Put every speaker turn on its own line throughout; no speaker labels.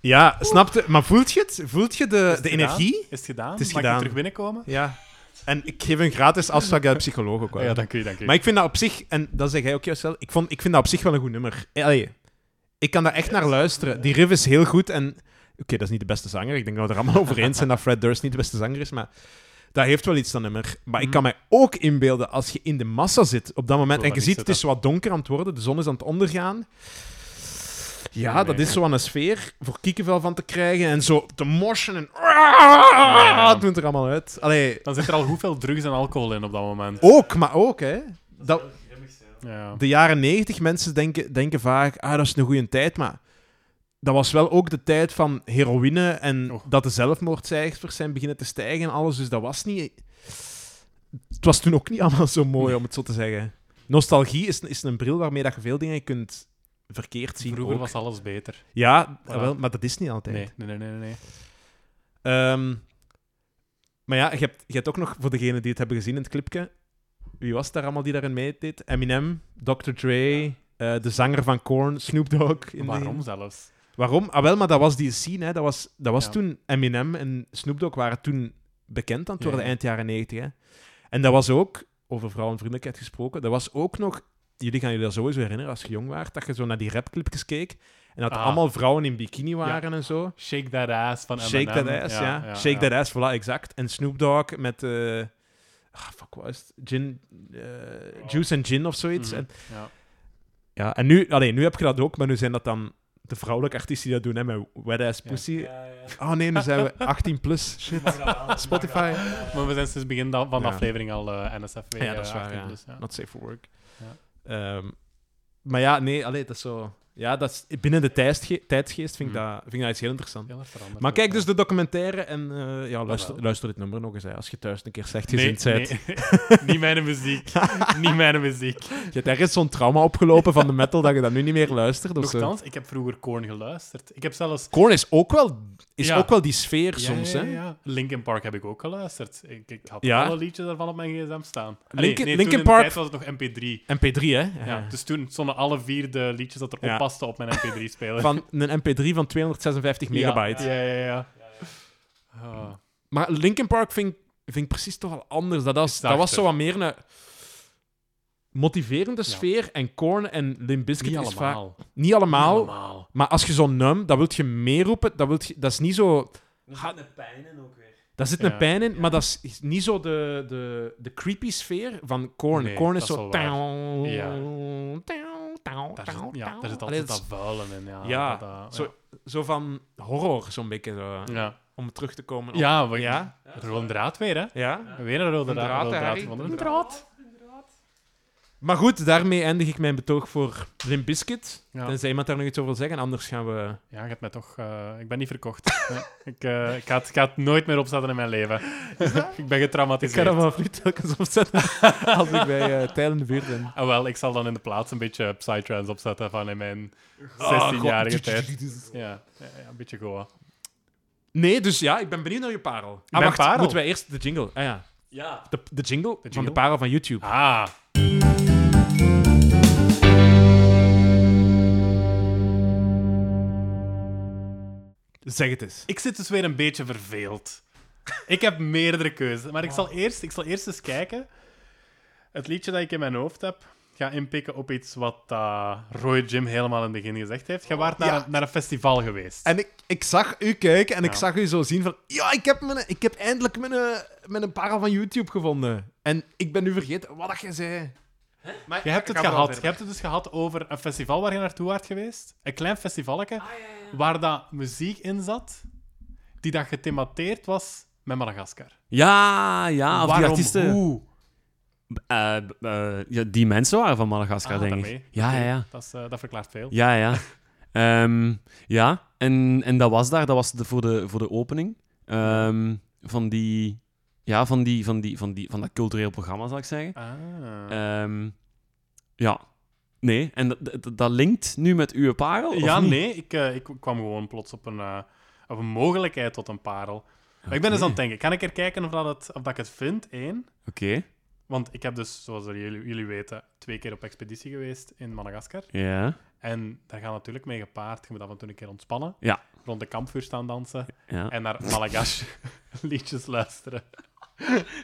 Ja, snapte. Maar voelt je het? Voelt je de,
het
de
gedaan?
energie?
Is het gedaan?
Het is
Mag
gedaan.
ik terug binnenkomen?
Ja. En ik geef een gratis afspraak bij de psycholoog ook wel.
Ja, dank u, dank u.
Maar ik vind dat op zich, en dat zeg jij ook juist wel, ik, vond, ik vind dat op zich wel een goed nummer. Eh, Allee, ik kan daar echt naar luisteren. Die riff is heel goed en... Oké, dat is niet de beste zanger. Ik denk dat we er allemaal over eens zijn dat Fred Durst niet de beste zanger is, maar dat heeft wel iets, dat nummer. Maar ik kan mij ook inbeelden, als je in de massa zit op dat moment
Mhm.
en
Zo, dan
je
is
ziet,
het
het is wat donker aan het worden, de zon is aan het ondergaan. Ja,
Nee,
dat
nee.
is zo aan een sfeer voor kiekenvel van te krijgen en zo te morsen en...
ja.
Het moet er allemaal uit. Allee,
Dan zit er al hoeveel drugs en alcohol in op dat moment.
ook, maar ook, hè. Dat,
Ja.
de jaren 90 mensen denken, denken vaak, ah, dat is een goede tijd, maar dat was wel ook de tijd van heroïne en
Oh.
dat de zelfmoordcijfers zijn beginnen te stijgen en alles, dus dat was niet... Het was toen ook niet allemaal zo mooi, om het zo te zeggen. Nostalgie is, is een bril waarmee dat je veel dingen kunt verkeerd zien.
Vroeger
ook.
was alles beter.
Ja,
Voilà.
wel, maar dat is niet altijd.
Nee, nee, nee, nee. nee.
Ehm, maar ja, je hebt, je hebt ook nog, voor degenen die het hebben gezien in het clipje, wie was daar allemaal die daarin meedeed? Eminem, Dr. Dre, eh, de zanger van Korn, Snoop Dogg. in de-
Waarom zelfs?
Waarom? Ah, wel, maar dat was die scene, hè. Dat was, dat was
Ja.
toen... Eminem en Snoop Dogg waren toen bekend aan het worden,
Ja, ja.
eind jaren negentig, hè. En dat was ook, over vrouwenvriendelijkheid gesproken, dat was ook nog... Jullie gaan jullie dat sowieso herinneren, als je jong was, dat je zo naar die rapclipjes keek en dat
Ah.
allemaal vrouwen in bikini waren en zo.
Shake that ass van M&M. Eminem.
Shake that ass, ja. Shake that ass, voilà, exact. En Snoop Dogg met... eh, ah, fuck, wat is het? Gin, eh, Juice and Gin of zoiets.
Mhm,
En,
ja.
ja, en nu, alleen, nu heb je dat ook, maar nu zijn dat dan de vrouwelijke artiesten die dat doen, hè, met wet ass
Ja.
pussy.
Ja, ja.
Oh nee, nu zijn we 18 plus. Shit.
Mag dat aan, mag
Spotify.
dat aan.
Maar we zijn sinds het begin da- van de
Ja.
aflevering al eh, NSFW.
Ja, dat
eh,
is waar,
18
ja.
plus, ja.
Not safe for work.
Ja.
Ehm, maar ja, nee, alleen, dat is zo... Ja, dat is, binnen de tijdsge- tijdsgeest vind ik,
Mm.
dat, vind ik dat iets heel interessant.
Heel erg veranderd.
Maar kijk dus
Ja.
de documentaire en eh, ja, luister,
Ah, wel.
luister dit nummer nog eens, hè, als je thuis een keer slecht
Nee,
gezind bent.
nee. Niet mijn muziek. Niet mijn muziek.
Je hebt ergens zo'n trauma opgelopen van de metal dat je dat nu niet meer luistert. Of zo.
Nochtans, ik heb vroeger Korn geluisterd. Ik heb zelfs...
Korn is, ook wel, is
Ja.
ook wel die sfeer soms.
Ja,
Hè?
ja, ja. Linkin Park heb ik ook geluisterd. Ik, ik had
Ja.
alle liedjes daarvan op mijn gsm staan.
Linkin-
nee,
Linkin
toen in de
Park-
tijd was het nog mp3.
MP3, hè?
Ja,
Ja.
Dus toen stonden alle vier de liedjes dat erop
Ja.
pasten op mijn mp3-speler.
Van een MP3 van 256 megabyte.
Ja, ja, ja. ja. Ah.
Maar Linkin Park vind, ik- vind ik precies toch al anders. Dat was, dat
Zachter.
was zo wat meer een motiverende
Ja.
sfeer. En Korn en Limp Bizkit
Niet
is vaak...
allemaal. Niet
Niet allemaal.
allemaal.
Maar als je zo'n num, dat wil je meeroepen. Dat, wilt je- dat is niet zo...
Er zitten de pijnen ook weer.
Daar zit
Ja.
een pijn in, maar dat is niet zo de, de, de creepy sfeer van Korn.
Nee,
Korn is
dat is
zo...
wel waar.
tauw,
Ja.
tauw, tauw,
Daar zit,
tauw,
ja, daar zit
Allee,
altijd
dat
dat vuilen in. Ja,
Ja,
dat, eh,
zo- is zo van horror, zo'n beetje. Zo,
ja. ja.
Om terug te komen op...
Ja, we,
Ja?
rode draad weer, hè?
Ja?
Weer een rode
Een
draad.
draad,
rode draad
Harry.
gevonden.
Een
Een draad.
Maar goed, daarmee eindig ik mijn betoog voor Limp Bizkit.
Ja.
Tenzij iemand daar nog iets over wil zeggen, anders gaan we...
Ja, je hebt mij toch... eh, ik ben niet verkocht. Nee, ik, eh, ik, ga het, ik ga het nooit meer opzetten in mijn leven. ik ben
Ik ga
getraumatiseerd.
dat vanaf nu telkens opzetten als ik bij uh, Tijl in de buurt ben.
Ah, wel, ik zal dan in de plaats een beetje Psytrance opzetten van in mijn
Ah, Oh,
16-jarige tijd. Ja, ja, ja, een beetje goa.
Nee, dus ja, ik ben benieuwd naar je parel. Ah,
Mijn
wacht,
parel?
moeten wij eerst de jingle... Ah ja,
Ja.
de, de jingle van de
jingle?
parel van YouTube.
Ah,
Zeg het eens.
ik zit dus weer een beetje verveeld. Ik heb meerdere keuzes, maar ik
Ah.
zal, eerst, ik zal eerst eens kijken. Het liedje dat ik in mijn hoofd heb, ga inpikken op iets wat eh, Roy Jim helemaal in het begin gezegd heeft. Je waart naar,
Ja.
een, naar een festival geweest.
En ik, ik zag u kijken en ik
Ja.
zag u zo zien van... Ja, ik heb, mijn, ik heb eindelijk mijn, eh, mijn parel van YouTube gevonden. En ik ben nu vergeten wat dat jij zei. Maar
Je hebt het
ik ga
gehad.
wel
Je hebt het dus gehad over een festival waar je naartoe waart geweest. Een klein festivalletje. Waar dat muziek in zat, die dat gethemateerd was met Madagaskar.
Ja, ja. Of die
Waarom?
artiesten.
Hoe?
Eh, eh, ja, die mensen waren van Madagaskar,
Ah,
denk ik.
daarmee.
Ja,
Oké,
ja, ja.
Dat, is, eh, dat verklaart veel.
Ja, ja. Ehm, ja, en, en dat was daar. Dat was de, voor, de, voor de opening. Ehm, van die... Ja, van, die, van, die, van, die, van dat cultureel programma, zal ik zeggen.
Ah.
Ehm, ja. Nee, en dat, dat, dat linkt nu met uw parel? of
ja,
niet?
nee, ik, eh, ik kwam gewoon plots op een, eh, op een mogelijkheid tot een parel. Maar ik ben eens aan het denken, kan ik er kijken of, dat het, of dat ik het vind? Eén,
Oké,
want ik heb dus, zoals jullie, jullie weten, twee keer op expeditie geweest in Madagaskar.
ja.
En daar gaat natuurlijk mee gepaard. Je moet af en toe een keer ontspannen.
Ja.
Rond de kampvuur staan dansen.
Ja.
En naar Malagash liedjes luisteren.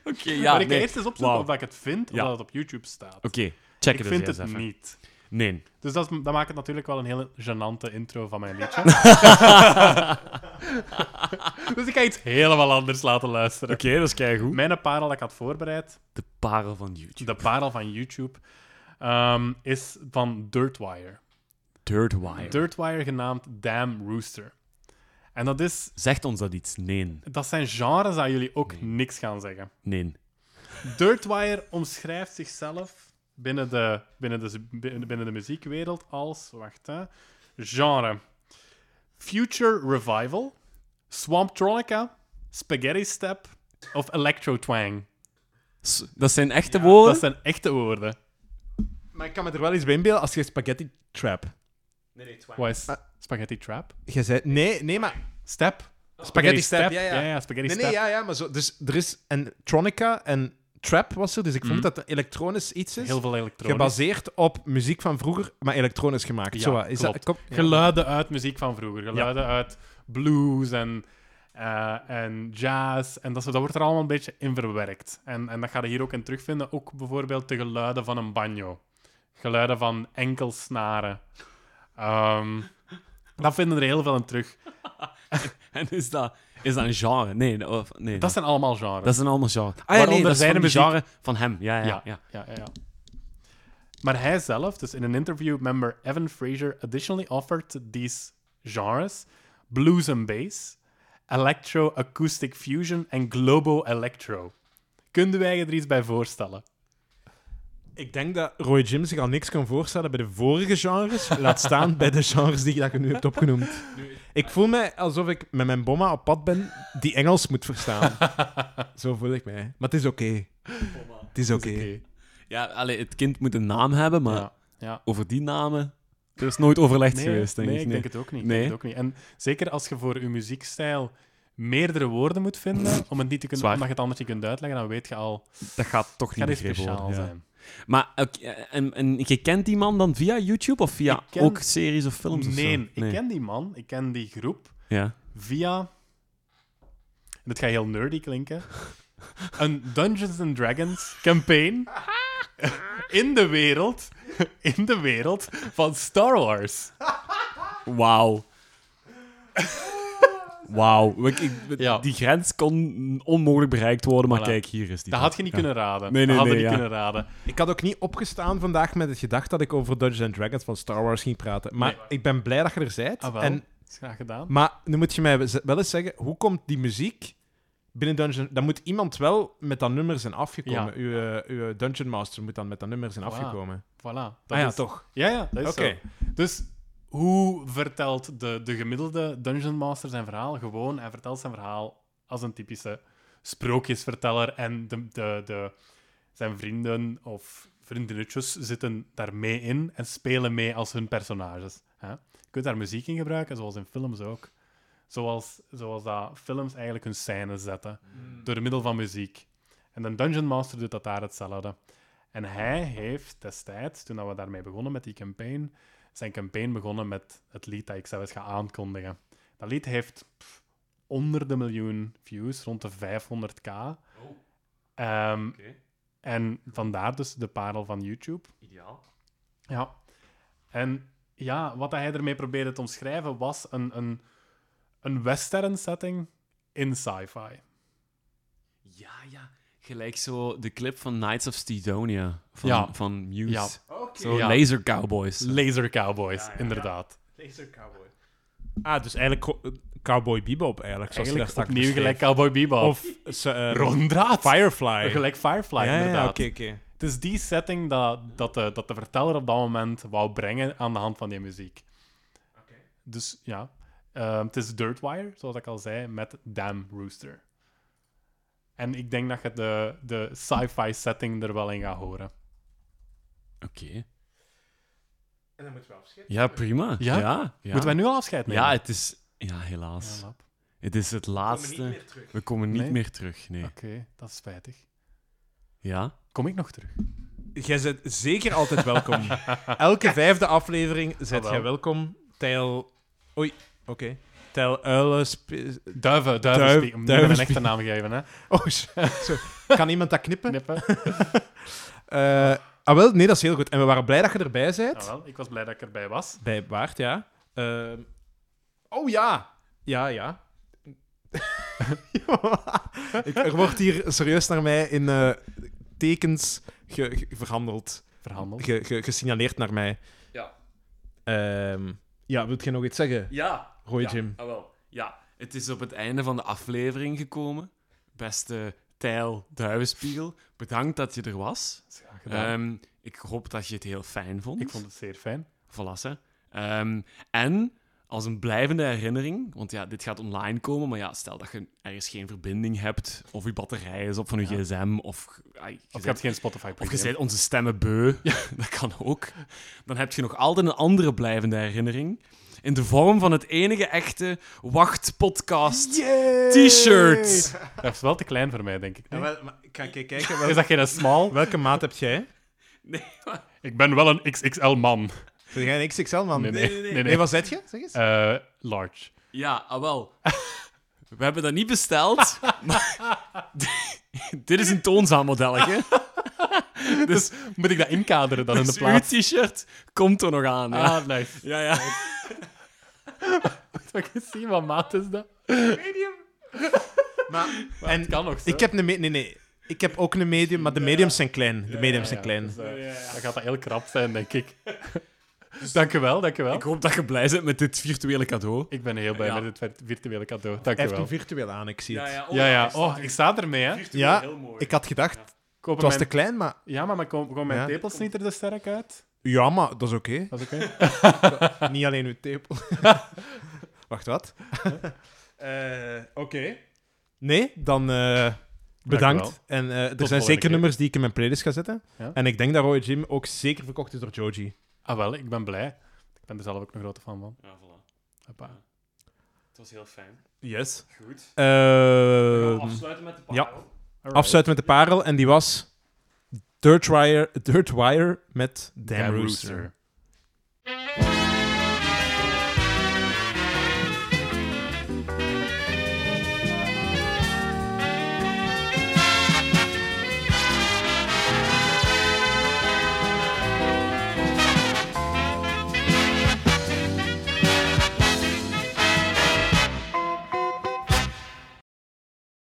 Oké,
maar ik
ja, nee.
ga
Oké,
eerst eens opzoeken
Wauw.
of dat ik het vind, of
Ja.
dat het op YouTube staat.
check
ik
het
vind
eens
het
even.
niet.
Nee.
Dus dat, is- dat maakt het natuurlijk wel een hele gênante intro van mijn liedje. dus ik ga iets helemaal anders laten luisteren.
Oké, dat is keigoed.
Mijn parel dat ik had voorbereid,
De parel van YouTube.
de parel van YouTube, ehm, is van Dirtwire.
Dirtwire.
Dirtwire genaamd Damn Rooster. En dat, is,
Zegt ons dat iets? Nee.
dat zijn genres dat jullie ook niks gaan zeggen.
Nee.
Dirtwire omschrijft zichzelf binnen de, binnen de, binnen binnen de muziekwereld als, wacht hè, genre. Future Revival, Swamptronica, Spaghetti Step of Electro Twang.
S- Dat zijn echte woorden?
Dat zijn echte woorden.
Maar ik kan me er wel iets bij inbeelden als je spaghetti trap.
Wat is
Ah.
Spaghetti Trap?
Je zei, nee, nee, maar
Step?
spaghetti step. Ja, ja.
ja, Spaghetti
Nee,
Step.
nee, ja, ja, maar zo. Dus er is en Tronica en Trap was er, dus ik vond dat dat elektronisch iets is.
Heel veel elektronica.
Gebaseerd op muziek van vroeger, maar elektronisch gemaakt.
Ja,
zo, wat. is dat,
klopt.
klopt. Ja.
Geluiden uit muziek van vroeger. Geluiden uit blues en, eh, en jazz. En dat, soort- dat wordt er allemaal een beetje in verwerkt. En, en dat ga je hier ook in terugvinden. Ook bijvoorbeeld de geluiden van een banjo. Geluiden van enkelsnaren. Ehm dat vinden er heel veel in terug.
En is dat, is dat een genre? Nee. Of, nee
Dat zijn allemaal genres.
dat zijn allemaal genre. Ah ja,
Waaronder
nee,
zijn
dat zijn de
de muziek-
genre van hem. Ja, ja, ja. ja.
ja, ja, ja. Maar hij zelf, dus in een interview, member Evan Fraser additionally offered these genres: blues and bass, electro acoustic fusion en globo electro. Kunnen wij je er iets bij voorstellen?
Ik denk dat Roy Jim zich al niks kan voorstellen bij de vorige genres. Laat staan bij de genres die je dat je nu hebt opgenoemd. Ik voel mij alsof ik met mijn bomma op pad ben die Engels moet verstaan. Zo voel ik mij. Maar het is oké. Het is oké.
Ja, allee, het kind moet een naam hebben, maar
Ja. ja.
over die namen... Er is nooit overlegd
Nee,
geweest, denk
nee,
ik.
ik denk het ook niet. ik
Nee.
denk het ook niet. En zeker als je voor je muziekstijl meerdere woorden moet vinden om het niet te kunnen,
Zwaar.
omdat je het anders niet kunt uitleggen, dan weet je al,
Dat gaat toch
het gaat
niet
iets
begrepen
speciaal
worden, ja.
zijn.
Maar oké, en, en je kent die man dan via YouTube of via
Ik ken-
ook series of films? of zo?
Nee, ik ken die man, ik ken die groep.
Ja.
via. En dat gaat heel nerdy klinken. Een Dungeons and Dragons campaign. In de wereld. In de wereld van Star Wars.
Wauw. Wauw. Ik- ik-
Ja.
Die grens kon onmogelijk bereikt worden, maar
Voilà.
kijk, hier is die.
Dat had je niet kunnen raden.
Nee, nee,
dat hadden
nee,
niet
ja.
kunnen raden.
Ik had ook niet opgestaan vandaag met het gedacht dat ik over Dungeons and Dragons van Star Wars ging praten. Maar
Nee.
ik ben blij dat je er bent.
Ah, wel.
en,
is graag gedaan.
maar nu moet je mij z- wel eens zeggen, hoe komt die muziek binnen Dungeons... Dan moet iemand wel met dat nummer zijn afgekomen. Uw, eh, uw Dungeon Master moet dan met dat nummer zijn
Voilà.
afgekomen.
Voilà. Dat
Ah ja,
is-
toch.
Ja, ja, dat is
Oké.
zo. Dus hoe vertelt de, de gemiddelde Dungeon Master zijn verhaal? Gewoon, hij vertelt zijn verhaal als een typische sprookjesverteller. En de, de, de, zijn vrienden of vriendinnetjes zitten daar mee in en spelen mee als hun personages. Hè? Je kunt daar muziek in gebruiken, zoals in films ook. Zoals, zoals dat films eigenlijk hun scènes zetten, door middel van muziek. En een Dungeon Master doet dat daar hetzelfde. En hij heeft destijds, toen dat we daarmee begonnen met die campaign, zijn campaign begonnen met het lied dat ik zelfs ga aankondigen. Dat lied heeft pff, onder de miljoen views, rond de 500k. Ehm, En vandaar dus de parel van YouTube.
Ideaal.
Ja. En ja, wat hij ermee probeerde te omschrijven was een, een, een western setting in sci-fi.
Ja, ja. Gelijk zo de clip van Knights of Stedonia van,
Ja.
van Muse.
Ja.
Zo
Ja.
Laser Cowboys.
Laser Cowboys, inderdaad.
Cowboy. Ah, dus eigenlijk co- Cowboy Bebop eigenlijk. Zoals je
Eigenlijk
daar straks
opnieuw gelijk
beschreef.
Cowboy Bebop.
Of eh,
Rondraad.
Firefly.
Gelijk Firefly,
ja, ja,
inderdaad.
oké, oké.
Het is die setting dat, dat, de, dat de verteller op dat moment wou brengen aan de hand van die muziek. Dus ja, Ehm, het is Dirtwire, zoals ik al zei, met Damn Rooster. En ik denk dat je de, de sci-fi setting er wel in gaat horen.
Oké.
En dan moeten we afscheid.
Ja, prima.
Ja?
Ja? Ja.
Moeten wij nu al afscheid nemen?
Ja, het is... Ja, helaas.
Ja, lap.
Het is het laatste.
terug.
We komen niet
Nee?
meer terug, nee.
Oké, dat is spijtig.
Ja?
Kom ik nog terug?
Jij bent zeker altijd welkom. Elke vijfde aflevering zet
Jawel.
jij welkom. Tijl... Oei, oké. Tijl uilen... spe-
Duiven, duiven.
Duif-
spieken. Moet je
duiven
hem een echte naam geven, hè?
Oh, sorry. Kan iemand dat knippen?
Knippen.
Eh, ah, wel, nee, dat is heel goed. En we waren blij dat je erbij bent.
Ah, wel, ik was blij dat ik erbij was.
Bij Baart, ja. Ehm, oh ja! Ja, ja. Ik, er wordt hier serieus naar mij in eh, tekens ge- ge- verhandeld,
Verhandeld.
ge- ge- gesignaleerd naar mij.
Ja.
Ehm, ja, wilt je nog iets zeggen,
Ja.
Roy
ja.
Jim?
Ah, wel. Ja. Het is op het einde van de aflevering gekomen. Beste Tijl Duivenspiegel, bedankt dat je er was.
Ja, gedaan.
Eh,
Ehm, ik hoop dat je het heel fijn vond.
ik vond het zeer fijn.
Volassen. en als een blijvende herinnering, want ja, dit gaat online komen, maar ja, stel dat je ergens geen verbinding hebt, of je batterij is op van je
Ja.
gsm, of, ai, je
Of je
bent-
hebt geen spotify
of je bent onze stemmen beu, dat kan ook, dan heb je nog altijd een andere blijvende herinnering, in de vorm van het enige echte Wacht-podcast t-shirt.
Dat is wel te klein voor mij, denk ik. nee?
ik ga kijken.
Is dat geen small?
Welke maat heb jij?
Nee, maar-
Ik ben wel een XXL-man.
Ben jij een XXL-man?
Nee, nee, nee. nee,
Nee, wat zet je? Zeg eens.
Eh, large.
Ja, ah wel. We hebben dat niet besteld, maar dit is een toonzaalmodelletje.
Dus moet ik dat inkaderen dan in de
Dus
plaats?
uw t-shirt komt er nog aan. Ja,
Ah, nice.
ja. ja.
Zal ik eens zien wat maat is dat?
Maar,
En het kan nog zo.
ik heb een... me- Nee, nee. Ik heb ook een medium, maar de mediums zijn klein. De mediums zijn klein.
Dus, eh, Dan gaat dat heel krap zijn, denk ik. Dankjewel, dankjewel.
Ik hoop dat je blij bent met dit virtuele cadeau.
Ik ben heel blij
Ja.
met dit virtuele cadeau.
Hij heeft
Dankjewel.
een virtueel aan, ik zie het. Ja,
Ja, ja. Oh, ik sta ermee, hè.
heel mooi.
ik had gedacht,
Kopen
het was te
mijn...
klein, maar...
Ja, maar maar komen komen mijn
Ja.
tepels niet er te sterk uit?
Ja, maar dat is oké.
Dat is oké.
Niet alleen uw tepel. Wacht, wat? Eh, oké. Nee, dan eh, bedankt. En eh, er zijn
volgende
zeker
keer.
nummers die ik in mijn playlist ga zetten.
Ja.
En ik denk dat Roy Jim ook zeker verkocht is door Joji.
Ah, wel, ik ben blij. Ik ben er zelf ook een grote fan van.
Ja, voilà.
Hoppa.
Het was heel fijn.
Yes.
Goed.
Ehm,
afsluiten met de
ja. afsluiten met de parel. En die was Dirtwire, Dirtwire met Damn,
Damn
Rooster.
Rooster.
Thank you.